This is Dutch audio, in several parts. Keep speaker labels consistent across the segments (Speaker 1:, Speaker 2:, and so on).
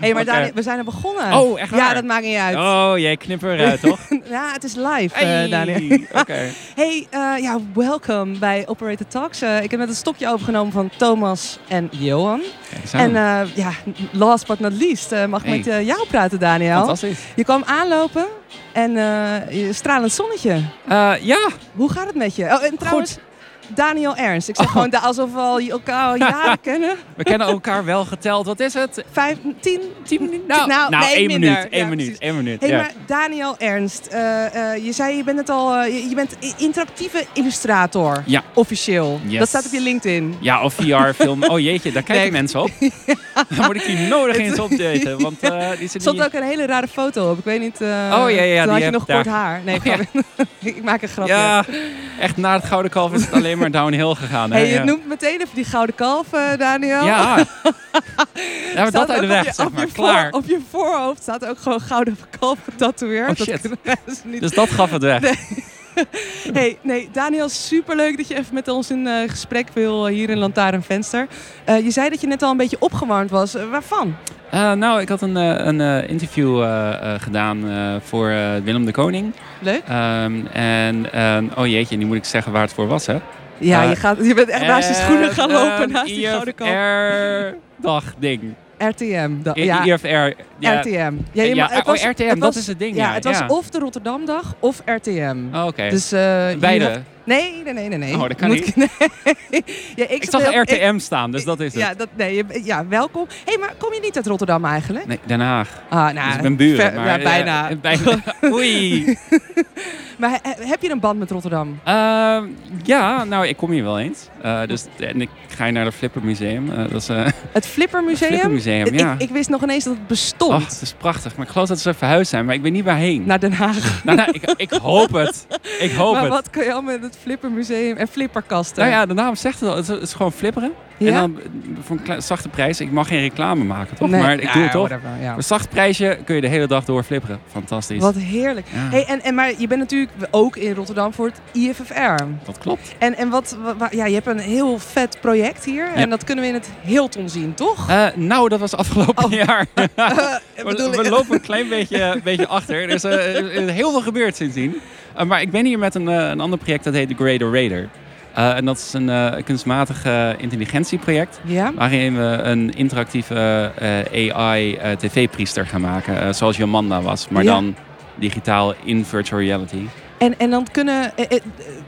Speaker 1: Hé, maar
Speaker 2: Oké.
Speaker 1: Daniel, we zijn er begonnen.
Speaker 2: Oh, echt
Speaker 1: Ja,
Speaker 2: waar?
Speaker 1: dat maakt niet uit.
Speaker 2: Oh, jij knipper eruit, toch?
Speaker 1: Ja, het is live, eh,
Speaker 2: Hey,
Speaker 1: Daniel.
Speaker 2: Oké.
Speaker 1: Hey, eh, ja, welkom bij Operator Talks. Eh, ik heb net een stokje overgenomen van Thomas en Johan.
Speaker 2: Kijk eens aan.
Speaker 1: En eh, ja, last but not least eh, mag ik
Speaker 2: Oh. Hey.
Speaker 1: met eh, jou praten, Daniel.
Speaker 2: Fantastisch.
Speaker 1: Je kwam aanlopen en eh, je- stralend zonnetje.
Speaker 2: Eh, ja,
Speaker 1: Hoe gaat het met je? Oh, en trouwens, Daniel Ernst.
Speaker 2: Oh.
Speaker 1: Ik zeg gewoon da- alsof we al elkaar al jaren kennen.
Speaker 2: we kennen elkaar wel geteld. Wat is het?
Speaker 1: Vijf, tien,
Speaker 2: Tien minuten? Nou,
Speaker 1: Nou,
Speaker 2: nou,
Speaker 1: nee,
Speaker 2: één
Speaker 1: minder.
Speaker 2: minuut. één
Speaker 1: Ja,
Speaker 2: minuut.
Speaker 1: precies.
Speaker 2: één minuut.
Speaker 1: Hey,
Speaker 2: ja.
Speaker 1: maar Daniel Ernst, eh, eh, je zei je bent het al, eh, je, je bent i- interactieve illustrator.
Speaker 2: Ja.
Speaker 1: Officieel.
Speaker 2: Yes.
Speaker 1: Dat staat op je LinkedIn.
Speaker 2: Ja, of VR-film. Oh jeetje, daar kijken
Speaker 1: Nee.
Speaker 2: mensen op. Dan moet ik die nodig eens updaten, want eh, die
Speaker 1: Er
Speaker 2: zit
Speaker 1: stond
Speaker 2: niet...
Speaker 1: ook een hele rare foto op. Ik weet niet. eh,
Speaker 2: Oh, ja, ja,
Speaker 1: Toen
Speaker 2: die
Speaker 1: had je
Speaker 2: heb
Speaker 1: nog
Speaker 2: ik
Speaker 1: kort
Speaker 2: daar.
Speaker 1: haar. Nee,
Speaker 2: Oh, ja.
Speaker 1: grapje. ik maak een grapje.
Speaker 2: Ja, echt na het Gouden Kalf is het alleen maar downhill gegaan. Hè?
Speaker 1: Hey, je
Speaker 2: ja.
Speaker 1: noemt meteen even die gouden kalf, eh, Daniel.
Speaker 2: Ja. Ja, maar
Speaker 1: Staat
Speaker 2: dat uit de
Speaker 1: ook op
Speaker 2: weg,
Speaker 1: je-
Speaker 2: zeg
Speaker 1: op
Speaker 2: maar.
Speaker 1: je
Speaker 2: Klaar.
Speaker 1: Voor, op je voorhoofd staat ook gewoon gouden kalf getatoeëerd.
Speaker 2: Oh,
Speaker 1: Dat
Speaker 2: shit.
Speaker 1: kunnen mensen niet.
Speaker 2: Dus dat gaf het weg.
Speaker 1: Hey, nee, Daniel, superleuk dat je even met ons in eh, gesprek wil eh, hier in Lantaarnvenster. Eh je zei dat je net al een beetje opgewarmd was. Eh, waarvan?
Speaker 2: Eh, nou, ik had een, eh, een eh, interview eh, eh, gedaan eh, voor eh, Willem de Koning.
Speaker 1: Leuk?
Speaker 2: Ehm, en, ehm, oh jeetje, nu moet ik zeggen waar het voor was, hè? Ehm,
Speaker 1: Ja, eh,
Speaker 2: Eh,
Speaker 1: je, gaat, je bent echt naast je schoenen gaan lopen, naast die gouden kalf.
Speaker 2: IFR-dag ding.
Speaker 1: RTM. da-
Speaker 2: I-
Speaker 1: ja,
Speaker 2: IFR. Ja,
Speaker 1: RTM. Ja, je
Speaker 2: Ja,
Speaker 1: ma- het
Speaker 2: oh,
Speaker 1: was-
Speaker 2: RTM,
Speaker 1: het
Speaker 2: dat
Speaker 1: was-
Speaker 2: is het ding.
Speaker 1: Ja,
Speaker 2: Ja,
Speaker 1: het was
Speaker 2: ja.
Speaker 1: of de Rotterdamdag of RTM.
Speaker 2: Oh, Oké,
Speaker 1: Dus, eh, je had-
Speaker 2: beide.
Speaker 1: Nee, nee, nee, nee. nee.
Speaker 2: Oh, dat kan
Speaker 1: Moet-
Speaker 2: niet.
Speaker 1: Nee. ja, ik,
Speaker 2: Ik
Speaker 1: zat
Speaker 2: zag
Speaker 1: heel- ik-
Speaker 2: RTM staan, dus dat is het.
Speaker 1: Ja, dat, nee, je- ja, welkom. Hé, hey, maar kom je niet uit Rotterdam eigenlijk?
Speaker 2: Nee, Den Haag.
Speaker 1: Ah, nou,
Speaker 2: dus ik ben buren.
Speaker 1: ver-
Speaker 2: maar,
Speaker 1: ja,
Speaker 2: eh,
Speaker 1: bijna.
Speaker 2: eh, bijna. Oei.
Speaker 1: Maar he- he- heb je een band met Rotterdam?
Speaker 2: Ehm, ja, nou, ik kom hier wel eens. Eh, dus, en ik ga hier naar het Flipper Museum. Eh, dat is eh,
Speaker 1: Het Flippermuseum?
Speaker 2: het Flipper Museum, ja.
Speaker 1: ik, ik wist nog ineens dat het bestond.
Speaker 2: Och, het is prachtig. Maar ik geloof dat ze verhuisd zijn, maar ik weet niet waarheen.
Speaker 1: Naar Den Haag.
Speaker 2: Nou, nou, ik, ik hoop het. Ik hoop
Speaker 1: maar
Speaker 2: het.
Speaker 1: wat kun je al met het Flippermuseum en flipperkasten?
Speaker 2: Nou ja, de naam zegt het al. Het is, het is gewoon flipperen.
Speaker 1: Ja?
Speaker 2: En dan eh, voor een kle- zachte prijs. Ik mag geen reclame maken, toch?
Speaker 1: Nee.
Speaker 2: Maar ik
Speaker 1: Nou,
Speaker 2: doe het toch.
Speaker 1: whatever, ja.
Speaker 2: Voor een zacht prijsje kun je de hele dag door flipperen. Fantastisch.
Speaker 1: Wat heerlijk.
Speaker 2: Ja,
Speaker 1: Hey, en, en, maar je bent natuurlijk ook in Rotterdam voor het IFFR.
Speaker 2: Dat klopt.
Speaker 1: En, en wat, wa- wa- ja, je hebt een heel vet project hier. En dat kunnen we in het Hilton zien, toch?
Speaker 2: Eh, nou, dat was afgelopen
Speaker 1: Oh.
Speaker 2: jaar.
Speaker 1: Ik
Speaker 2: We,
Speaker 1: bedoel,
Speaker 2: we lopen een klein beetje, eh, beetje achter. Er is eh, er is heel veel gebeurd sindsdien. Eh, maar ik ben hier met een, eh, een ander project dat heet The Greater Raider. Eh, en dat is een eh, kunstmatig eh, intelligentieproject.
Speaker 1: Ja?
Speaker 2: Waarin we een interactieve eh, AI-tv-priester gaan maken. eh, zoals Yamanda was, maar
Speaker 1: Ja.
Speaker 2: dan digitaal in virtual reality.
Speaker 1: En, en dan kunnen... eh, eh,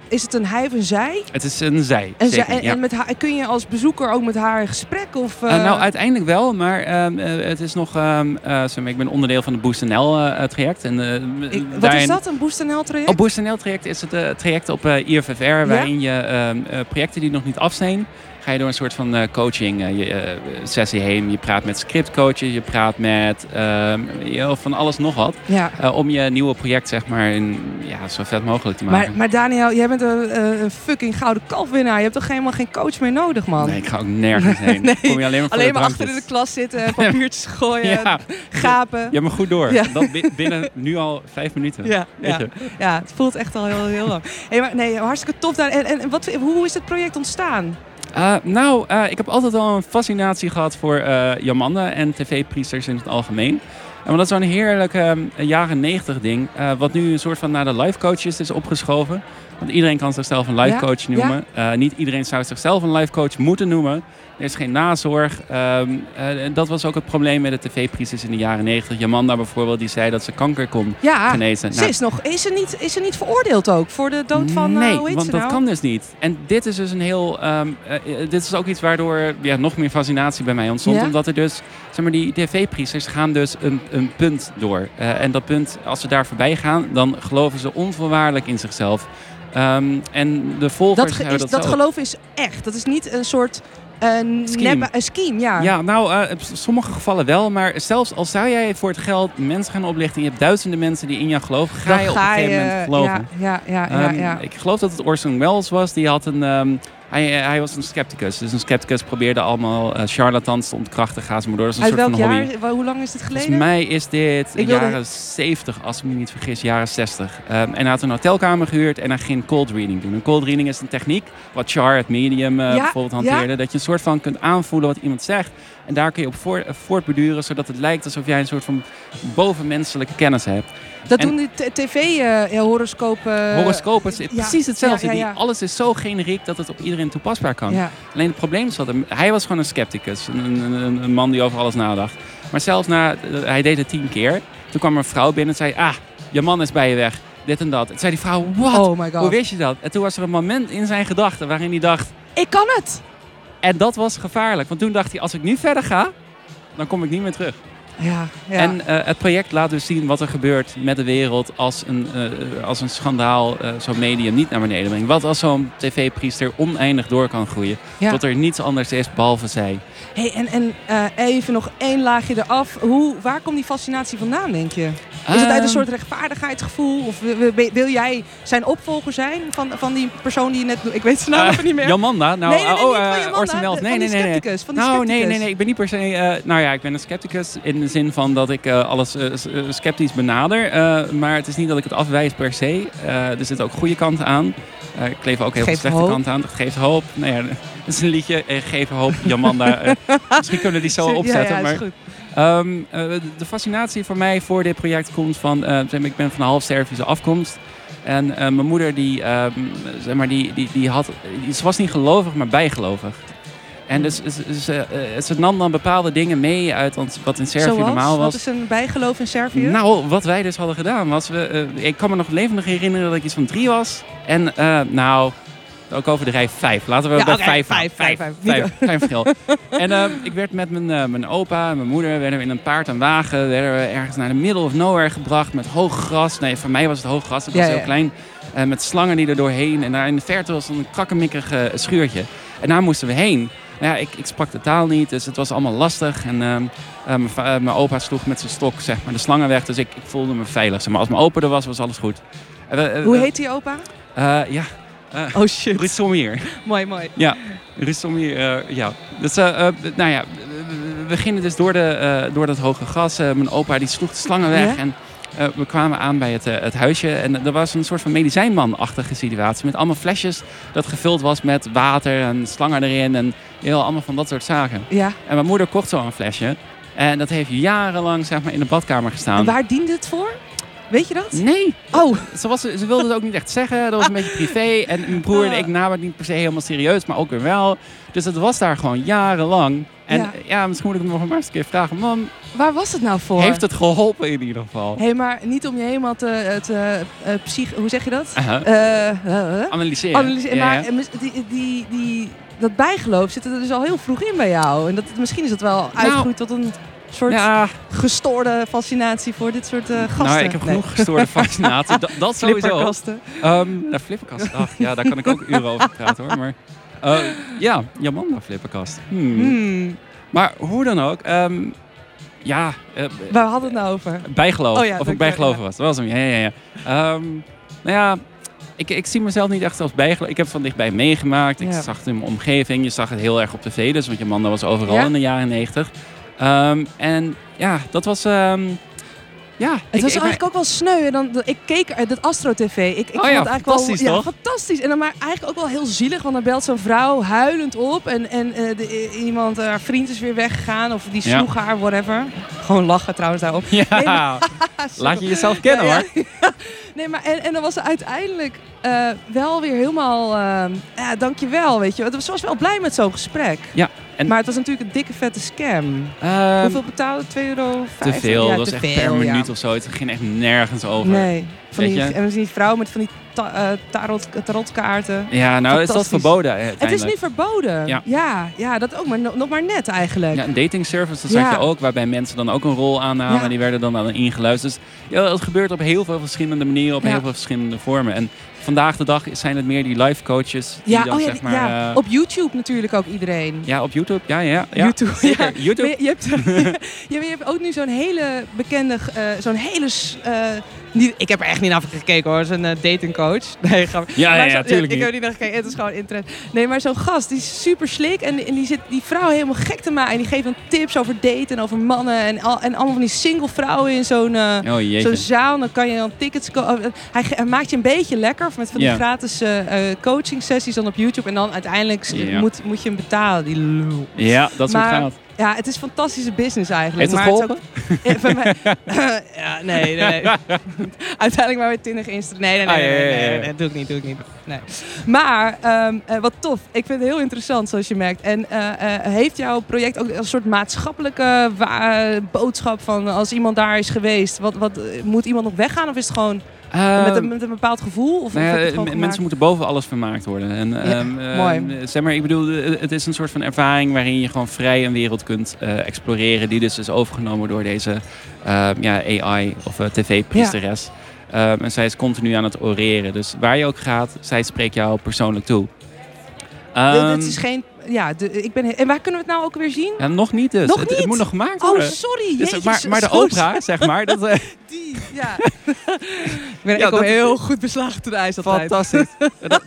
Speaker 1: Is het een hij of een zij?
Speaker 2: Het is een zij.
Speaker 1: En, zij,
Speaker 2: zeker,
Speaker 1: en,
Speaker 2: ja.
Speaker 1: en met haar, kun je als bezoeker ook met haar in gesprek? Of, eh,
Speaker 2: Eh, nou, uiteindelijk wel, maar ehm, eh, het is nog. ehm, eh, zeg maar, ik ben onderdeel van het BoostNL-traject. en eh,
Speaker 1: ik- wat is
Speaker 2: daarin-
Speaker 1: dat, een BoostNL traject?
Speaker 2: Op BoostNL-traject is het eh, traject op eh, IFFR, waarin je ehm, eh, projecten die nog niet af zijn, ga je door een soort van eh, coaching eh, je, eh, sessie heen. Je praat met scriptcoaches, je praat met ehm, heel van alles nog wat.
Speaker 1: ja.
Speaker 2: eh, om je nieuwe project zeg maar in, ja, zo vet mogelijk te maken.
Speaker 1: Maar, maar Daniel, jij bent een, eh, een fucking gouden kalfwinnaar. Je hebt toch helemaal geen coach meer nodig, man?
Speaker 2: Nee, ik ga ook nergens heen.
Speaker 1: Nee,
Speaker 2: Kom je alleen maar voor
Speaker 1: Alleen maar
Speaker 2: drankjes.
Speaker 1: achter in de klas zitten, en papiertjes gooien,
Speaker 2: Ja,
Speaker 1: gapen.
Speaker 2: je hebt me goed door.
Speaker 1: Ja.
Speaker 2: Dat bi- binnen nu al vijf minuten.
Speaker 1: Ja,
Speaker 2: Weet
Speaker 1: ja,
Speaker 2: je.
Speaker 1: ja, het voelt echt al heel, heel lang. Hey, maar nee, hartstikke tof daar. En, en en wat, hoe is het project ontstaan?
Speaker 2: Eh, nou, eh, ik heb altijd al een fascinatie gehad voor eh Jamanda en tv-priesters in het algemeen. En want dat is zo'n heerlijk ehm, jaren negentig ding, eh, wat nu een soort van naar de life coaches is opgeschoven. Want iedereen kan zichzelf een life
Speaker 1: Ja,
Speaker 2: coach noemen. Eh, niet iedereen zou zichzelf een life coach moeten noemen. Er is geen nazorg. Ehm, eh, en dat was ook het probleem met de tv-priesters in de jaren negentig. Jamanda bijvoorbeeld, die zei dat ze kanker kon
Speaker 1: Ja,
Speaker 2: genezen. Nou,
Speaker 1: ze is, nog, is, ze niet, is ze niet veroordeeld ook voor de dood van, eh,
Speaker 2: nee,
Speaker 1: hoe heet
Speaker 2: want
Speaker 1: ze
Speaker 2: dat
Speaker 1: nou?
Speaker 2: kan dus niet. En dit is dus een heel, ehm, eh, eh, dit is ook iets waardoor ja, nog meer fascinatie bij mij ontstond,
Speaker 1: Ja?
Speaker 2: omdat er dus, zeg maar, die tv-priesters gaan dus een, een punt door. Eh, en dat punt, als ze daar voorbij gaan, dan geloven ze onvoorwaardelijk in zichzelf. Ehm, en de volgers
Speaker 1: Dat, ge-
Speaker 2: hebben
Speaker 1: is,
Speaker 2: dat,
Speaker 1: dat
Speaker 2: zo.
Speaker 1: geloof is echt. Dat is niet een soort eh neppe- een scheme, ja.
Speaker 2: Ja, nou, eh, in sommige gevallen wel, maar zelfs al zou jij voor het geld mensen gaan oplichten, je hebt duizenden mensen die in jou geloven, ga
Speaker 1: Dan
Speaker 2: je op een gegeven moment geloven.
Speaker 1: Ah, Ja, ja, ja, ja,
Speaker 2: Ehm,
Speaker 1: ja.
Speaker 2: Ik geloof dat het Orson Welles was. Die had een, ehm, Hij, eh, hij was een scepticus. Dus een scepticus probeerde allemaal eh, charlatans te ontkrachten. Ga ze maar door. Dat is een
Speaker 1: Uit
Speaker 2: soort
Speaker 1: welk
Speaker 2: van hobby.
Speaker 1: jaar? Wa- Hoe lang is dit geleden?
Speaker 2: Volgens mij is dit
Speaker 1: Ik wilde-
Speaker 2: jaren 70, als ik me niet vergis, jaren 60. Ehm, en hij had een hotelkamer gehuurd en hij ging cold reading doen. Een cold reading is een techniek, wat Char, het medium eh,
Speaker 1: Ja,
Speaker 2: bijvoorbeeld
Speaker 1: ja.
Speaker 2: hanteerde, dat je een soort van kunt aanvoelen wat iemand zegt. En daar kun je op voor- eh, voortbeduren, zodat het lijkt alsof jij een soort van bovenmenselijke kennis hebt.
Speaker 1: dat
Speaker 2: en-
Speaker 1: doen die eh, tv-horoscopen.
Speaker 2: Horoscopen is precies hetzelfde.
Speaker 1: ja, ja, ja.
Speaker 2: Die- Alles is zo generiek dat het op iedereen toepasbaar kan.
Speaker 1: ja.
Speaker 2: Alleen het probleem is dat hem- hij was gewoon een scepticus. Een, een, een- een man die over alles nadacht. Maar zelfs na, eh, hij deed het tien keer. Toen kwam er een vrouw binnen en zei, ah, je man is bij je weg. Dit en dat. En zei die vrouw, wat?
Speaker 1: Oh my
Speaker 2: Hoe
Speaker 1: god.
Speaker 2: wist je dat? En toen was er een moment in zijn gedachten waarin hij dacht,
Speaker 1: Ik kan het!
Speaker 2: en dat was gevaarlijk. Want toen dacht hij, als ik nu verder ga, dan kom ik niet meer terug.
Speaker 1: Ja, ja.
Speaker 2: En eh, het project laat dus zien wat er gebeurt met de wereld als een, eh, als een schandaal eh, zo'n medium niet naar beneden brengt. Wat als zo'n tv-priester oneindig door kan groeien.
Speaker 1: Ja.
Speaker 2: Tot er niets anders is behalve zij.
Speaker 1: hey, en, en eh, even nog één laagje eraf. Hoe, waar komt die fascinatie vandaan, denk je? Is het uit een
Speaker 2: Ehm,
Speaker 1: soort rechtvaardigheidsgevoel? Of wil- wil, wil jij zijn opvolger zijn van, van die persoon die je net... Ik weet zijn naam
Speaker 2: Eh,
Speaker 1: even niet meer.
Speaker 2: Jamanda? Nou,
Speaker 1: nee, nee, nee,
Speaker 2: oh,
Speaker 1: niet van
Speaker 2: eh,
Speaker 1: Jolanda,
Speaker 2: Orson Welles.
Speaker 1: de-
Speaker 2: Nee,
Speaker 1: van
Speaker 2: nee,
Speaker 1: die
Speaker 2: nee. nee.
Speaker 1: scepticus, van die
Speaker 2: Nou, nee,
Speaker 1: scepticus.
Speaker 2: nee, nee. Ik ben niet per se... eh, nou ja, ik ben een scepticus in de zin van dat ik eh, alles eh, s- eh, sceptisch benader. eh, maar het is niet dat ik het afwijs per se. Eh, er zitten ook goede kanten aan. Eh ik kleef ook heel veel
Speaker 1: Geeft
Speaker 2: slechte
Speaker 1: hoop.
Speaker 2: kanten aan. Het geeft hoop. Nou ja, dat is een liedje. eh, geef hoop, Jamanda. Eh, misschien kunnen we die zo
Speaker 1: Ja,
Speaker 2: opzetten.
Speaker 1: ja, is
Speaker 2: maar
Speaker 1: goed.
Speaker 2: Ehm, eh, de fascinatie voor mij voor dit project komt van, eh, zeg maar, ik ben van een half Servische afkomst. En eh, mijn moeder, die, ehm, zeg maar, die, die, die had, die- ze was niet gelovig, maar bijgelovig.
Speaker 1: Hmm.
Speaker 2: En dus ze, ze, eh, ze nam dan bepaalde dingen mee uit ons- wat in Servië
Speaker 1: Zoals?
Speaker 2: normaal
Speaker 1: Wat
Speaker 2: was.
Speaker 1: is een bijgeloof in Servië?
Speaker 2: Nou, wat wij dus hadden gedaan was, we, eh, ik kan me nog levendig herinneren dat ik iets van drie was. En eh, nou, ook over de rij vijf. Laten we
Speaker 1: Ja,
Speaker 2: bij
Speaker 1: oké,
Speaker 2: vijf,
Speaker 1: vijf, vijf,
Speaker 2: houden.
Speaker 1: vijf. Niet
Speaker 2: vijf. Klein verschil. en eh, ik werd met mijn, eh, mijn opa en mijn moeder werden we in een paard en wagen, werden we ergens naar de middle of nowhere gebracht met hoog gras. Nee, voor mij was het hoog gras, ik was
Speaker 1: Ja,
Speaker 2: heel
Speaker 1: ja.
Speaker 2: klein. Eh, met slangen die er doorheen. En daar in de verte was een krakkemikkig eh, schuurtje. En daar moesten we heen. Nou ja, ik, ik sprak de taal niet, dus het was allemaal lastig. En ehm, eh, mijn va- eh, mijn opa sloeg met zijn stok zeg maar, de slangen weg, dus ik, ik voelde me veilig. Zeg maar als mijn opa er was, was alles goed. En we- eh,
Speaker 1: Hoe
Speaker 2: we-
Speaker 1: heet die opa?
Speaker 2: eh, ja,
Speaker 1: Oh shit.
Speaker 2: Ruud Sommier.
Speaker 1: Mooi, mooi.
Speaker 2: Rustomir, eh, ja. Dus, eh, eh, nou ja, we- we gingen dus door, de, eh, door dat hoge gras. Eh, mijn opa die sloeg de slangen weg.
Speaker 1: Ja?
Speaker 2: En eh, we kwamen aan bij het, eh, het huisje. En er was een soort van medicijnman-achtige situatie. Met allemaal flesjes dat gevuld was met water en slangen erin. En heel allemaal van dat soort zaken.
Speaker 1: Ja.
Speaker 2: En mijn moeder kocht zo'n flesje. En dat heeft jarenlang zeg maar, in de badkamer
Speaker 1: En
Speaker 2: gestaan.
Speaker 1: waar diende het voor? Weet je dat?
Speaker 2: Nee,
Speaker 1: Oh,
Speaker 2: ze, was, ze wilde het ook niet echt zeggen. Dat was een beetje privé. En mijn broer
Speaker 1: Oh.
Speaker 2: en ik namen het niet per se helemaal serieus, maar ook weer wel. Dus het was daar gewoon jarenlang. En
Speaker 1: Ja.
Speaker 2: ja, misschien moet ik hem nog een maar eens een keer vragen. Mam,
Speaker 1: waar was het nou voor?
Speaker 2: heeft het geholpen in ieder geval?
Speaker 1: Hé, maar niet om je helemaal te... Het, eh, eh, psych... Hoe zeg je dat?
Speaker 2: Aha.
Speaker 1: Eh, eh, eh?
Speaker 2: Analyseren.
Speaker 1: Analyse-
Speaker 2: Ah. Ja,
Speaker 1: maar
Speaker 2: ja.
Speaker 1: eh, mis- Die, die, die, dat bijgeloof zit er dus al heel vroeg in bij jou. En dat, misschien is dat wel uitgegroeid tot een soort
Speaker 2: Nou, Ja,
Speaker 1: gestoorde fascinatie voor dit soort eh, gasten.
Speaker 2: nou, ik heb genoeg gestoorde fascinatie. Dat, dat
Speaker 1: Nee,
Speaker 2: sowieso.
Speaker 1: flipperkasten.
Speaker 2: Ehm nou, flipperkast. Ach, ja, daar kan ik ook uren over praten hoor. Maar eh, ja, Jamanda flipperkast. Hmm.
Speaker 1: Hmm.
Speaker 2: Maar hoe dan ook. ehm, ja, eh,
Speaker 1: Waar hadden we het nou over?
Speaker 2: Bijgeloof.
Speaker 1: Oh ja,
Speaker 2: of ik
Speaker 1: dank-
Speaker 2: bijgeloven
Speaker 1: ja.
Speaker 2: was. Dat was hem. Ja, ja, ja. Ehm, nou ja, ik, ik zie mezelf niet echt als bijgeloof. Ik heb het van dichtbij meegemaakt. Ik
Speaker 1: Ja.
Speaker 2: zag het in mijn omgeving. Je zag het heel erg op tv. Dus, want je man was overal
Speaker 1: Ja?
Speaker 2: in de jaren negentig. Ehm, en ja, dat was... ehm, ja,
Speaker 1: Het
Speaker 2: ik-
Speaker 1: was
Speaker 2: ik-
Speaker 1: eigenlijk ook wel sneu. En dan, dan- ik keek eh, dat Astro TV. Ik, ik
Speaker 2: Oh
Speaker 1: vond
Speaker 2: ja,
Speaker 1: het eigenlijk
Speaker 2: fantastisch,
Speaker 1: wel,
Speaker 2: toch?
Speaker 1: Ja, fantastisch. En dan maar eigenlijk ook wel heel zielig. Want dan belt zo'n vrouw huilend op. En, en eh, de- eh, iemand, eh, haar vriend is weer weggegaan. Of die
Speaker 2: Ja.
Speaker 1: sloeg haar, whatever. Gewoon lachen trouwens daarop.
Speaker 2: Ja,
Speaker 1: Nee, maar-
Speaker 2: laat je jezelf kennen
Speaker 1: Ja, ja.
Speaker 2: hoor.
Speaker 1: Nee, maar en, en dan was ze uiteindelijk eh, wel weer helemaal... ehm ja, dankjewel, weet je. Want Ze was wel blij met zo'n gesprek.
Speaker 2: Ja, en-
Speaker 1: Maar het was natuurlijk een dikke vette scam.
Speaker 2: Ehm,
Speaker 1: Hoeveel betaalde? 2,50 euro?
Speaker 2: te veel.
Speaker 1: Ja,
Speaker 2: dat was
Speaker 1: te
Speaker 2: echt
Speaker 1: veel,
Speaker 2: per
Speaker 1: ja.
Speaker 2: minuut of zo. Het ging echt nergens over.
Speaker 1: Nee. Van
Speaker 2: eh, Weet
Speaker 1: die,
Speaker 2: je?
Speaker 1: en dan zie je die vrouw met van die ta- eh, tarot, tarotkaarten.
Speaker 2: Ja, nou is dat
Speaker 1: Fantastisch.
Speaker 2: verboden
Speaker 1: Het is
Speaker 2: uiteindelijk.
Speaker 1: nu verboden.
Speaker 2: Ja.
Speaker 1: ja, ja, dat ook, maar no- nog maar net eigenlijk.
Speaker 2: Ja, een dating service, dat
Speaker 1: Ja.
Speaker 2: zag je ook, waarbij mensen dan ook een rol aannamen.
Speaker 1: Ja.
Speaker 2: En die werden dan aan ingeluisterd. Dus ja, dat gebeurt op heel veel verschillende manieren, op
Speaker 1: Ja.
Speaker 2: heel veel verschillende vormen. En vandaag de dag zijn het meer die life coaches die
Speaker 1: Ja,
Speaker 2: dan
Speaker 1: oh ja,
Speaker 2: zeg
Speaker 1: die-
Speaker 2: maar...
Speaker 1: ja.
Speaker 2: eh,
Speaker 1: op YouTube natuurlijk ook iedereen.
Speaker 2: ja, op YouTube. Ja, ja, ja.
Speaker 1: YouTube,
Speaker 2: Zeker.
Speaker 1: Maar
Speaker 2: YouTube.
Speaker 1: je, je hebt, ja, maar je hebt ook nu zo'n hele bekende, eh, zo'n hele... s- eh, die, ik heb er echt niet naar gekeken hoor, zo'n eh, datingcoach. coach. Nee, ga maar.
Speaker 2: Ja, ja,
Speaker 1: Maar
Speaker 2: ja,
Speaker 1: zo-
Speaker 2: tuurlijk
Speaker 1: Ik
Speaker 2: niet.
Speaker 1: heb niet naar gekeken. Het is gewoon internet. Nee, maar zo'n gast, die is super slik. En, en die zit die vrouw helemaal gek te maken. En die geeft dan tips over daten en over mannen. En, al, en allemaal van die single vrouwen in zo'n... eh,
Speaker 2: Oh
Speaker 1: Zo'n
Speaker 2: jeetje.
Speaker 1: zaal, dan kan je dan tickets kopen. Hij, ge- hij maakt je een beetje lekker met van die
Speaker 2: Ja.
Speaker 1: gratis eh, eh, coaching sessies dan op YouTube. En dan uiteindelijk s-
Speaker 2: Ja.
Speaker 1: moet, moet je hem betalen, die lul.
Speaker 2: Ja, dat is hoe het
Speaker 1: Maar-
Speaker 2: gaat.
Speaker 1: Ja, het is fantastische business eigenlijk.
Speaker 2: Heeft het
Speaker 1: maar is ook- Eh, bij mij- ja, nee, nee. nee. Uiteindelijk maar weer Tinder geïnstalleerd. Nee, nee,
Speaker 2: Ah,
Speaker 1: nee, nee,
Speaker 2: ja,
Speaker 1: nee,
Speaker 2: ja, ja,
Speaker 1: nee,
Speaker 2: ja.
Speaker 1: nee, doe ik niet, doe ik niet. Nee. Maar ehm, eh, wat tof. Ik vind het heel interessant, zoals je merkt. En eh, eh, heeft jouw project ook een soort maatschappelijke wa- eh, boodschap van als iemand daar is geweest, wat, wat, eh, moet iemand nog weggaan of is het gewoon met,
Speaker 2: Ehm,
Speaker 1: een, met een bepaald gevoel? Of,
Speaker 2: Nou
Speaker 1: of
Speaker 2: ja,
Speaker 1: heb je het
Speaker 2: eh,
Speaker 1: gewoon
Speaker 2: m-
Speaker 1: gemaakt?
Speaker 2: mensen moeten boven alles vermaakt worden. En, ehm, eh,
Speaker 1: mooi.
Speaker 2: Zeg maar, ik bedoel, eh, het is een soort van ervaring waarin je gewoon vrij een wereld kunt eh, exploreren. Die dus is overgenomen door deze eh, ja, AI of eh, tv-priesteres. Ehm, en zij is continu aan het oreren. Dus waar je ook gaat, zij spreekt jou persoonlijk toe.
Speaker 1: Dit-
Speaker 2: Ehm,
Speaker 1: dit is geen... Ja, de- ik ben, he- en waar kunnen we het nou ook weer zien?
Speaker 2: ja, nog niet dus.
Speaker 1: Nog
Speaker 2: Het,
Speaker 1: niet?
Speaker 2: het moet nog gemaakt
Speaker 1: Oh,
Speaker 2: worden.
Speaker 1: sorry.
Speaker 2: Dus,
Speaker 1: jezus, oh,
Speaker 2: maar, maar de
Speaker 1: sorry.
Speaker 2: opera, zeg maar, dat, eh,
Speaker 1: Die, ja. ik ben
Speaker 2: Ja,
Speaker 1: ik kom
Speaker 2: dat is-
Speaker 1: heel goed beslagen te de ijs altijd.
Speaker 2: fantastisch. Dat-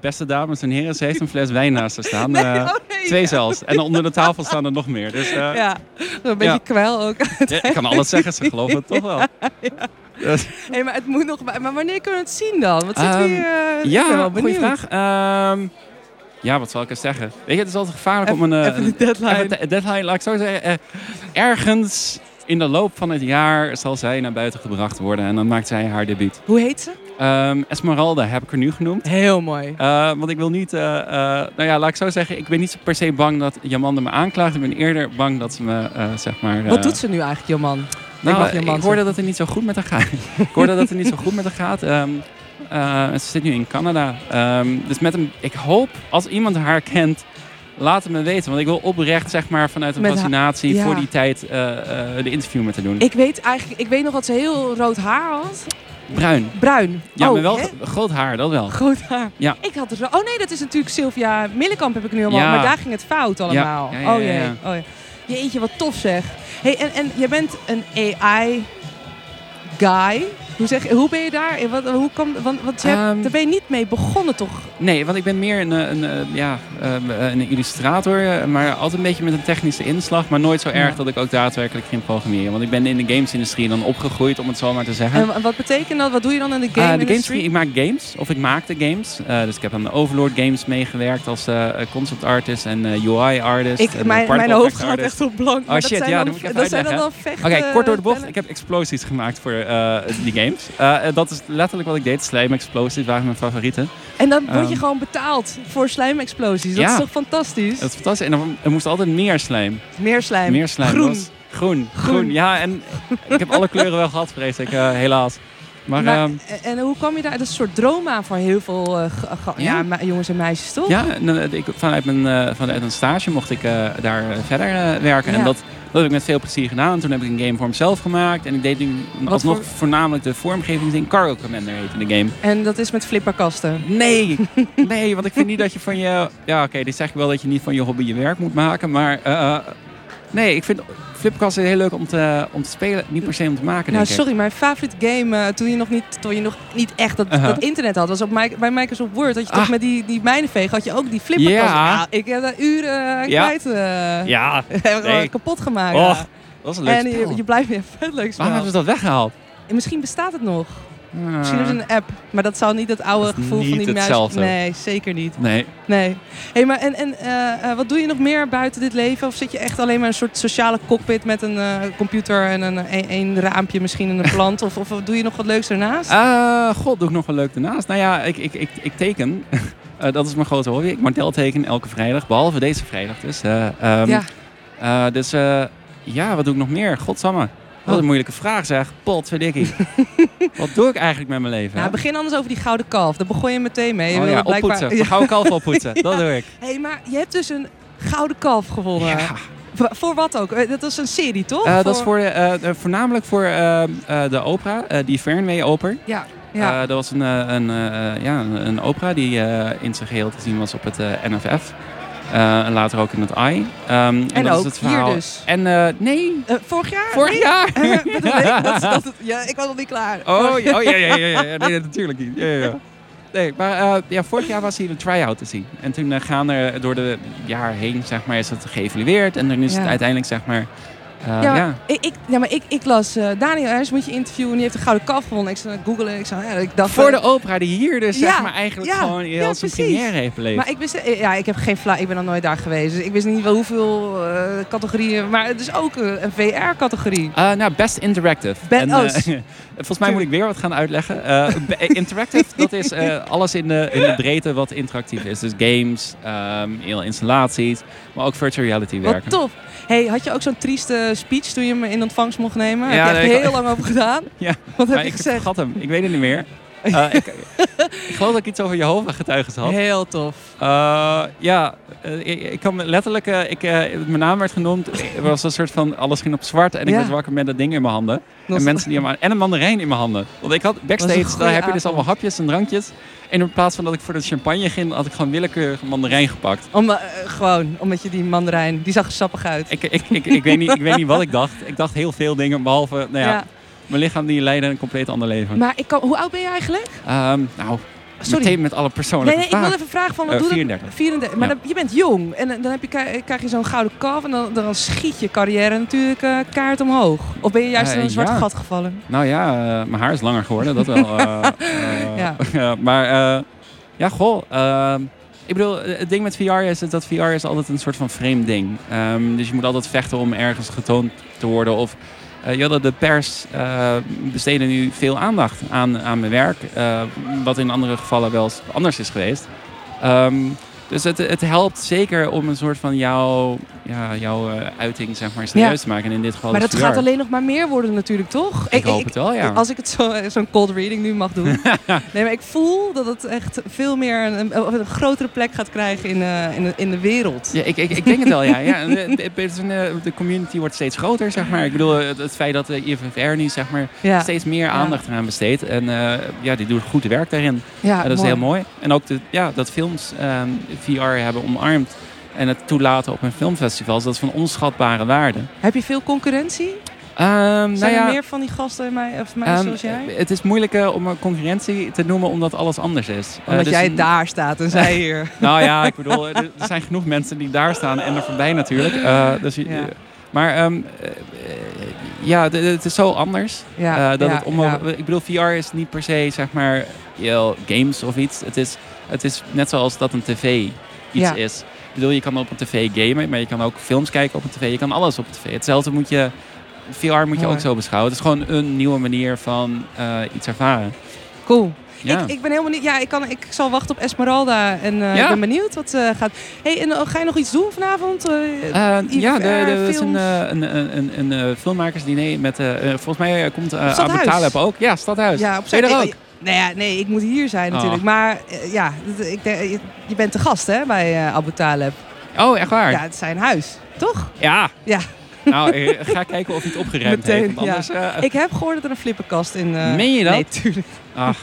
Speaker 2: Beste dames en heren, ze heeft een fles wijn naast haar staan.
Speaker 1: Nee,
Speaker 2: Eh,
Speaker 1: oh nee.
Speaker 2: Twee zelfs. En onder de tafel staan er nog meer. Dus eh,
Speaker 1: Ja, een beetje
Speaker 2: Ja.
Speaker 1: kwel ook.
Speaker 2: ja, ik kan alles zeggen, ze geloven het toch wel. Dus-
Speaker 1: Hey, maar het moet nog. Maar wanneer kunnen we het zien dan? Wat zit
Speaker 2: Ehm,
Speaker 1: hier? eh, ik ben wel
Speaker 2: ja, goede
Speaker 1: benieuwd.
Speaker 2: vraag. Ehm, ja, wat zal ik eens zeggen? Weet je, het is altijd gevaarlijk om
Speaker 1: Even,
Speaker 2: een, eh,
Speaker 1: even de deadline.
Speaker 2: even de deadline, laat ik zo zeggen. eh, ergens in de loop van het jaar zal zij naar buiten gebracht worden. En dan maakt zij haar debuut.
Speaker 1: Hoe heet ze?
Speaker 2: Ehm, Esmeralda heb ik er nu genoemd.
Speaker 1: Heel mooi.
Speaker 2: Eh, want ik wil niet, eh, eh, nou ja, laat ik zo zeggen, ik ben niet zo per se bang dat Jamanda me aanklaagt. Ik ben eerder bang dat ze me, eh, zeg maar...
Speaker 1: Wat
Speaker 2: eh,
Speaker 1: doet ze nu eigenlijk, Joman?
Speaker 2: Nou,
Speaker 1: mag
Speaker 2: ik,
Speaker 1: je man
Speaker 2: hoorde dat het niet zo goed met haar gaat. ik hoorde dat het niet zo goed met haar gaat. Ehm, eh, ze zit nu in Canada. Ehm, dus met een, ik hoop, als iemand haar kent, laat het me weten. Want ik wil oprecht, zeg maar, vanuit een
Speaker 1: Met haar-
Speaker 2: fascinatie
Speaker 1: ja.
Speaker 2: voor die tijd eh, eh, de interview met haar doen.
Speaker 1: Ik weet eigenlijk, ik weet nog dat ze heel rood haar had.
Speaker 2: Bruin.
Speaker 1: Bruin.
Speaker 2: Ja,
Speaker 1: oh,
Speaker 2: maar wel
Speaker 1: hè?
Speaker 2: gro- groot haar, dat wel.
Speaker 1: Groot haar.
Speaker 2: Ja.
Speaker 1: eh, Ik had er zo. Oh nee, dat is natuurlijk Sylvia Millekamp heb ik nu allemaal.
Speaker 2: Ja.
Speaker 1: Maar daar ging het fout allemaal.
Speaker 2: Ja, ja, ja,
Speaker 1: oh jee.
Speaker 2: ja.
Speaker 1: Oh, jee. Jeetje, wat tof zeg. Hey, en, en jij bent een AI guy. Hoe, zeg, hoe ben je daar? En Wat, hoe kwam, want want je hebt-
Speaker 2: Ehm.
Speaker 1: daar ben je niet mee begonnen toch?
Speaker 2: Nee, want ik ben meer een, eh, een, eh, ja, ehm, eh, een illustrator, eh, maar altijd een beetje met een technische inslag. Maar nooit zo erg
Speaker 1: Ja.
Speaker 2: dat ik ook daadwerkelijk ging programmeren. Want ik ben in de gamesindustrie dan opgegroeid, om het zo maar te zeggen.
Speaker 1: En wa- wat betekent dat? Wat doe je dan in de
Speaker 2: Eh,
Speaker 1: game
Speaker 2: de games,
Speaker 1: industry?
Speaker 2: ik maak games, of ik maakte games. Eh, dus ik heb aan de Overlord Games meegewerkt als eh, concept artist en eh, UI artist. en,
Speaker 1: ik,
Speaker 2: eh,
Speaker 1: mijn,
Speaker 2: particle
Speaker 1: mijn hoofd
Speaker 2: effect
Speaker 1: gaat echt
Speaker 2: artist.
Speaker 1: op blank. maar
Speaker 2: Oh,
Speaker 1: dat
Speaker 2: shit,
Speaker 1: zijn
Speaker 2: ja,
Speaker 1: dan,
Speaker 2: dat moet ik even
Speaker 1: dat zijn dan
Speaker 2: uitleggen.
Speaker 1: wel vechten.
Speaker 2: Oké, kort door de bocht.
Speaker 1: eh, bellen.
Speaker 2: Ik heb explosies gemaakt voor eh, die games. Eh, eh, dat is letterlijk wat ik deed. Slime explosies waren mijn favorieten.
Speaker 1: En dan word je
Speaker 2: Ehm.
Speaker 1: gewoon betaald voor slijmexplosies. Dat
Speaker 2: Ja.
Speaker 1: is toch fantastisch?
Speaker 2: Dat is fantastisch. En dan- er moest altijd meer slime.
Speaker 1: Meer slijm.
Speaker 2: Meer slime.
Speaker 1: Groen.
Speaker 2: was- groen.
Speaker 1: Groen.
Speaker 2: Groen. Ja, en ik heb alle kleuren wel gehad, vrees ik, eh, helaas. Maar,
Speaker 1: Maar-
Speaker 2: ehm,
Speaker 1: En, en hoe kwam je daar? Dat is een soort droom aan voor heel veel eh, ge- ge- ja?
Speaker 2: Ja.
Speaker 1: me- jongens en meisjes, toch?
Speaker 2: Ja, en, eh, ik, vanuit, mijn, eh, vanuit een stage mocht ik eh, daar eh, verder eh, werken.
Speaker 1: Ja.
Speaker 2: En dat, dat heb ik met veel plezier gedaan. Toen heb ik een game voor mezelf gemaakt. En ik deed nu alsnog
Speaker 1: voor-
Speaker 2: voornamelijk de vormgevingsding. Cargo Commander heette de game.
Speaker 1: En dat is met flipperkasten.
Speaker 2: Nee, nee, want ik vind niet dat je van je... Ja, oké, dit zeg ik wel dat je niet van je hobby je werk moet maken. Maar eh, nee, ik vind flipkasten heel leuk om te, om te spelen. Niet per se om te maken,
Speaker 1: nou,
Speaker 2: denk ik.
Speaker 1: sorry, mijn favoriete game eh, toen, je nog niet, toen je nog niet echt dat,
Speaker 2: Uh-huh.
Speaker 1: dat internet had, was op Mi- bij Microsoft Word. Dat je toch
Speaker 2: Ah.
Speaker 1: met die, die mijnenveeg had je ook die flipperkasten.
Speaker 2: Ja.
Speaker 1: Nou, ik heb daar uren eh,
Speaker 2: Ja.
Speaker 1: kwijt. eh,
Speaker 2: Ja,
Speaker 1: heb ik gewoon
Speaker 2: Nee.
Speaker 1: kapot gemaakt.
Speaker 2: Och,
Speaker 1: ja.
Speaker 2: dat is een leuk
Speaker 1: en
Speaker 2: spel.
Speaker 1: je, je blijft weer vet leuk spel.
Speaker 2: Waarom hebben ze dat weggehaald?
Speaker 1: En Misschien bestaat het nog. Misschien is het een app. Maar dat zou niet het oude
Speaker 2: Ah. Dat is
Speaker 1: gevoel van
Speaker 2: niet
Speaker 1: die muis...
Speaker 2: hetzelfde.
Speaker 1: Nee, zeker niet.
Speaker 2: Ah, Nee.
Speaker 1: Nee. Hey, maar en, en eh, eh, wat doe je nog meer buiten dit leven? Of zit je echt alleen maar in een soort sociale cockpit met een eh, computer en een, eh, een, een raampje misschien en een plant? of, of doe je nog wat leuks daarnaast?
Speaker 2: Eh, god, doe ik nog wel leuk daarnaast. Nou ja, ik, ik, ik, ik teken. Eh, dat is mijn grote hobby. Ik martel teken elke vrijdag, behalve deze vrijdag dus. Eh, ehm,
Speaker 1: ja.
Speaker 2: eh, dus eh, ja, wat doe ik nog meer? Godsamme. Wat
Speaker 1: Oh.
Speaker 2: een moeilijke vraag zeg. Potverdikkie. wat doe ik eigenlijk met mijn leven?
Speaker 1: Nou, begin anders over die gouden kalf. Daar begon je meteen mee. Je
Speaker 2: oh
Speaker 1: wilde
Speaker 2: ja,
Speaker 1: blijkbaar-
Speaker 2: oppoetsen.
Speaker 1: Ja.
Speaker 2: Dan Gauw kalf oppoetsen. Dat doe ik.
Speaker 1: Hey, maar je hebt dus een gouden kalf gewonnen.
Speaker 2: Ja.
Speaker 1: Wa- Voor wat ook? Eh, Dat was een serie, toch?
Speaker 2: Eh, Dat is voor de, eh, eh, voornamelijk voor ehm, eh, de opera, eh, die Fernweh Oper.
Speaker 1: Ja. ja.
Speaker 2: Eh, dat was een, eh, een, eh, ja, een, een opera die eh, in zijn geheel te zien was op het eh, NFF. Eh, en later ook in het AI. Ehm,
Speaker 1: En
Speaker 2: dat
Speaker 1: ook
Speaker 2: het
Speaker 1: hier
Speaker 2: verhaal.
Speaker 1: dus.
Speaker 2: En eh, nee,
Speaker 1: Eh, vorig jaar?
Speaker 2: vorig
Speaker 1: Nee,
Speaker 2: jaar.
Speaker 1: eh, bedoel ik? Dat, is- dat, is- ja, ik was nog niet klaar.
Speaker 2: Oh, ja, oh ja, ja, ja, ja. Nee, natuurlijk niet. Ja, ja, ja. Nee, maar eh, ja, vorig jaar was hier een try-out te zien. En toen eh, gaan er door de jaar heen, zeg maar, is het geëvalueerd. En dan is het
Speaker 1: Ja.
Speaker 2: uiteindelijk, zeg maar...
Speaker 1: Ja,
Speaker 2: eh, ja,
Speaker 1: maar Ik, ik, ja, maar ik, ik las eh, Daniel Ernst moet je interviewen. Die heeft de Gouden Kalf gewonnen. Ik zei, googelen. Ik zei, ja, ik dacht...
Speaker 2: Voor
Speaker 1: eh,
Speaker 2: de opera die hier dus,
Speaker 1: Ja,
Speaker 2: zeg maar, eigenlijk
Speaker 1: ja,
Speaker 2: gewoon
Speaker 1: ja,
Speaker 2: als een
Speaker 1: precies.
Speaker 2: première heeft beleefd.
Speaker 1: Maar ik wist, eh, ja, ik heb geen fla, ik ben nog nooit daar geweest. Dus ik wist niet wel hoeveel eh, categorieën, maar het is ook eh, een VR-categorie.
Speaker 2: Eh, nou, best interactive.
Speaker 1: Be-
Speaker 2: en,
Speaker 1: oh,
Speaker 2: eh,
Speaker 1: s-
Speaker 2: volgens mij moet ik weer wat gaan uitleggen. Eh, be- interactive, dat is eh, alles in de, in de breedte wat interactief is. Dus games, ehm, heel installaties, maar ook virtual reality
Speaker 1: Wat
Speaker 2: werken.
Speaker 1: tof. Hey, had je ook zo'n trieste speech toen je hem in ontvangst mocht nemen?
Speaker 2: Ja,
Speaker 1: heb je echt
Speaker 2: nee, ik-
Speaker 1: heel lang over gedaan?
Speaker 2: Ja,
Speaker 1: Wat heb
Speaker 2: Maar
Speaker 1: je
Speaker 2: ik
Speaker 1: gezegd?
Speaker 2: vergat hem. Ik weet het niet meer. Eh, ik, ik geloof dat ik iets over Jehovah-getuigen had.
Speaker 1: Heel tof.
Speaker 2: Eh, ja, eh, ik, ik kan me letterlijk... eh, ik, eh, mijn naam werd genoemd. Er was een soort van... Alles ging op zwart. En ik
Speaker 1: Ja.
Speaker 2: werd wakker met dat ding in mijn handen.
Speaker 1: Nog-
Speaker 2: En mensen die hem aan- en een mandarijn in mijn handen. Want ik had
Speaker 1: Was
Speaker 2: backstage,
Speaker 1: een
Speaker 2: daar heb je
Speaker 1: goeie
Speaker 2: dus allemaal
Speaker 1: avond.
Speaker 2: hapjes en drankjes. En in plaats van dat ik voor de champagne ging, had ik gewoon willekeurig een mandarijn gepakt.
Speaker 1: Om, eh, gewoon, omdat je die mandarijn, die zag er sappig uit.
Speaker 2: Ik, ik, ik, ik, weet niet, ik weet niet wat ik dacht. Ik dacht heel veel dingen, behalve, nou ja,
Speaker 1: Ja.
Speaker 2: mijn lichaam die leidde een compleet ander leven.
Speaker 1: Maar ik kan, hoe oud ben je eigenlijk?
Speaker 2: Ehm, nou,
Speaker 1: Sorry.
Speaker 2: meteen met alle
Speaker 1: Nee,
Speaker 2: persoonlijke
Speaker 1: nee, ik wil
Speaker 2: vragen.
Speaker 1: even vragen van, wat
Speaker 2: Eh,
Speaker 1: doet
Speaker 2: 34.
Speaker 1: het? 34. Maar
Speaker 2: Ja.
Speaker 1: dan- je bent jong en dan- dan heb je, kri- krijg je zo'n gouden kalf en dan, dan schiet je carrière natuurlijk eh, kaart omhoog. Of ben je juist
Speaker 2: Eh,
Speaker 1: in een zwart
Speaker 2: ja.
Speaker 1: gat gevallen?
Speaker 2: Nou ja, eh, mijn haar is langer geworden, dat wel. eh, eh,
Speaker 1: Ja.
Speaker 2: ja, maar eh, ja, goh. ehm, ik bedoel, eh, het ding met VR is dat VR is altijd een soort van vreemd ding. Ehm, dus je moet altijd vechten om ergens getoond te worden. Of eh, joh, de- de pers eh besteden nu veel aandacht aan, aan mijn werk. eh, wat in andere gevallen wel eens anders is geweest. Ehm, dus het, het helpt zeker om een soort van jouw, ja, jouw eh, uiting zeg maar, serieus te maken. En in dit geval
Speaker 1: Maar
Speaker 2: dus
Speaker 1: dat
Speaker 2: VR.
Speaker 1: gaat alleen nog maar meer worden natuurlijk, toch?
Speaker 2: Ik hoop het wel, ja.
Speaker 1: Als ik het zo- eh, zo'n cold reading nu mag doen. nee, maar ik voel dat het echt veel meer een, een, een grotere plek gaat krijgen in, eh, in, de- in de wereld.
Speaker 2: Ja, ik, ik, ik denk het wel, ja. ja en, eh, het- het is een, eh, de community wordt steeds groter, zeg maar. Ik bedoel, eh, het, het feit dat de IFFR nu zeg maar,
Speaker 1: Ja,
Speaker 2: steeds meer aandacht eraan besteedt. En eh, ja, die doen goed werk daarin.
Speaker 1: ja,
Speaker 2: en dat is heel mooi. En ook de, ja, dat films ehm, VR hebben omarmd en het toelaten op een filmfestival, dat is van onschatbare waarde.
Speaker 1: Heb je veel concurrentie?
Speaker 2: Ehm, nou
Speaker 1: Zijn
Speaker 2: ja,
Speaker 1: er meer van die gasten in mij, of mij
Speaker 2: ehm,
Speaker 1: zoals jij?
Speaker 2: het is moeilijk eh, om een concurrentie te noemen omdat alles anders is. Eh,
Speaker 1: Omdat
Speaker 2: dus
Speaker 1: jij
Speaker 2: een-
Speaker 1: daar staat en zij hier.
Speaker 2: Nou ja, ik bedoel, er er zijn genoeg mensen die daar staan en er voorbij natuurlijk. Eh, dus, je-
Speaker 1: Ja.
Speaker 2: Maar ehm, eh, eh, ja, de- de- het is zo anders.
Speaker 1: Ja,
Speaker 2: eh, dat
Speaker 1: ja,
Speaker 2: het onmogelijk, Ik bedoel, VR is niet per se, zeg maar, yo, games of iets. Het is, het is net zoals dat een tv iets
Speaker 1: Ja.
Speaker 2: is. Ik bedoel, je kan op een tv gamen, maar je kan ook films kijken op een tv. Je kan alles op een tv. Hetzelfde moet je... VR moet je
Speaker 1: Mooi.
Speaker 2: ook zo beschouwen. Het is gewoon een nieuwe manier van eh, iets ervaren.
Speaker 1: Cool.
Speaker 2: Ja.
Speaker 1: Ik, ik ben helemaal niet. Ja, ik, kan, ik zal wachten op Esmeralda en eh,
Speaker 2: Ja.
Speaker 1: ik ben benieuwd wat eh, gaat. Hey, en eh, ga je nog iets doen vanavond? Eh,
Speaker 2: Eh,
Speaker 1: Iets
Speaker 2: ja, er
Speaker 1: VR,
Speaker 2: er is een,
Speaker 1: films.
Speaker 2: eh, een, een, een, een eh, filmmakersdiner met... eh, eh, volgens mij eh, komt eh
Speaker 1: Stadhuis.
Speaker 2: Abu Taleb ook. Ja, Stadhuis.
Speaker 1: Ja, op
Speaker 2: Ben je er
Speaker 1: zich-
Speaker 2: ook?
Speaker 1: ik- Nou ja, nee, ik moet hier zijn natuurlijk.
Speaker 2: Oh.
Speaker 1: Maar eh, ja, dat- ik, denk- je, je bent te gast hè, bij eh, Abu Taleb.
Speaker 2: Oh, echt waar?
Speaker 1: Ja,
Speaker 2: Ja.
Speaker 1: het is zijn huis, toch? Ja.
Speaker 2: Nou, eh, ga kijken of hij het opgeruimd
Speaker 1: Meteen,
Speaker 2: heeft. Want
Speaker 1: ja.
Speaker 2: anders... eh,
Speaker 1: Ik heb gehoord dat er een flippenkast in... eh,
Speaker 2: Meen je dat?
Speaker 1: Nee, tuurlijk.
Speaker 2: ach,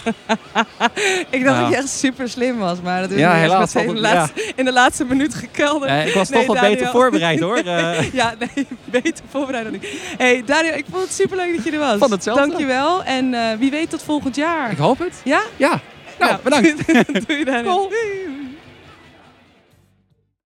Speaker 1: Ik dacht
Speaker 2: Ja.
Speaker 1: dat je echt super slim was, maar dat is
Speaker 2: Ja,
Speaker 1: nu echt
Speaker 2: helaas,
Speaker 1: meteen
Speaker 2: want
Speaker 1: de
Speaker 2: het-
Speaker 1: laatste, in de laatste minuut gekelderd.
Speaker 2: eh, ik was
Speaker 1: Nee,
Speaker 2: toch wat beter
Speaker 1: Daniel.
Speaker 2: voorbereid, hoor. Eh,
Speaker 1: Ja, nee, beter voorbereid dan ik. hey, Dario, ik vond het super leuk dat je er was.
Speaker 2: Van hetzelfde.
Speaker 1: Dankjewel en eh, wie weet tot volgend jaar.
Speaker 2: ik hoop het.
Speaker 1: Ja?
Speaker 2: Ja. Nou, bedankt.
Speaker 1: Doei Dario.
Speaker 2: Cool.
Speaker 1: Doei.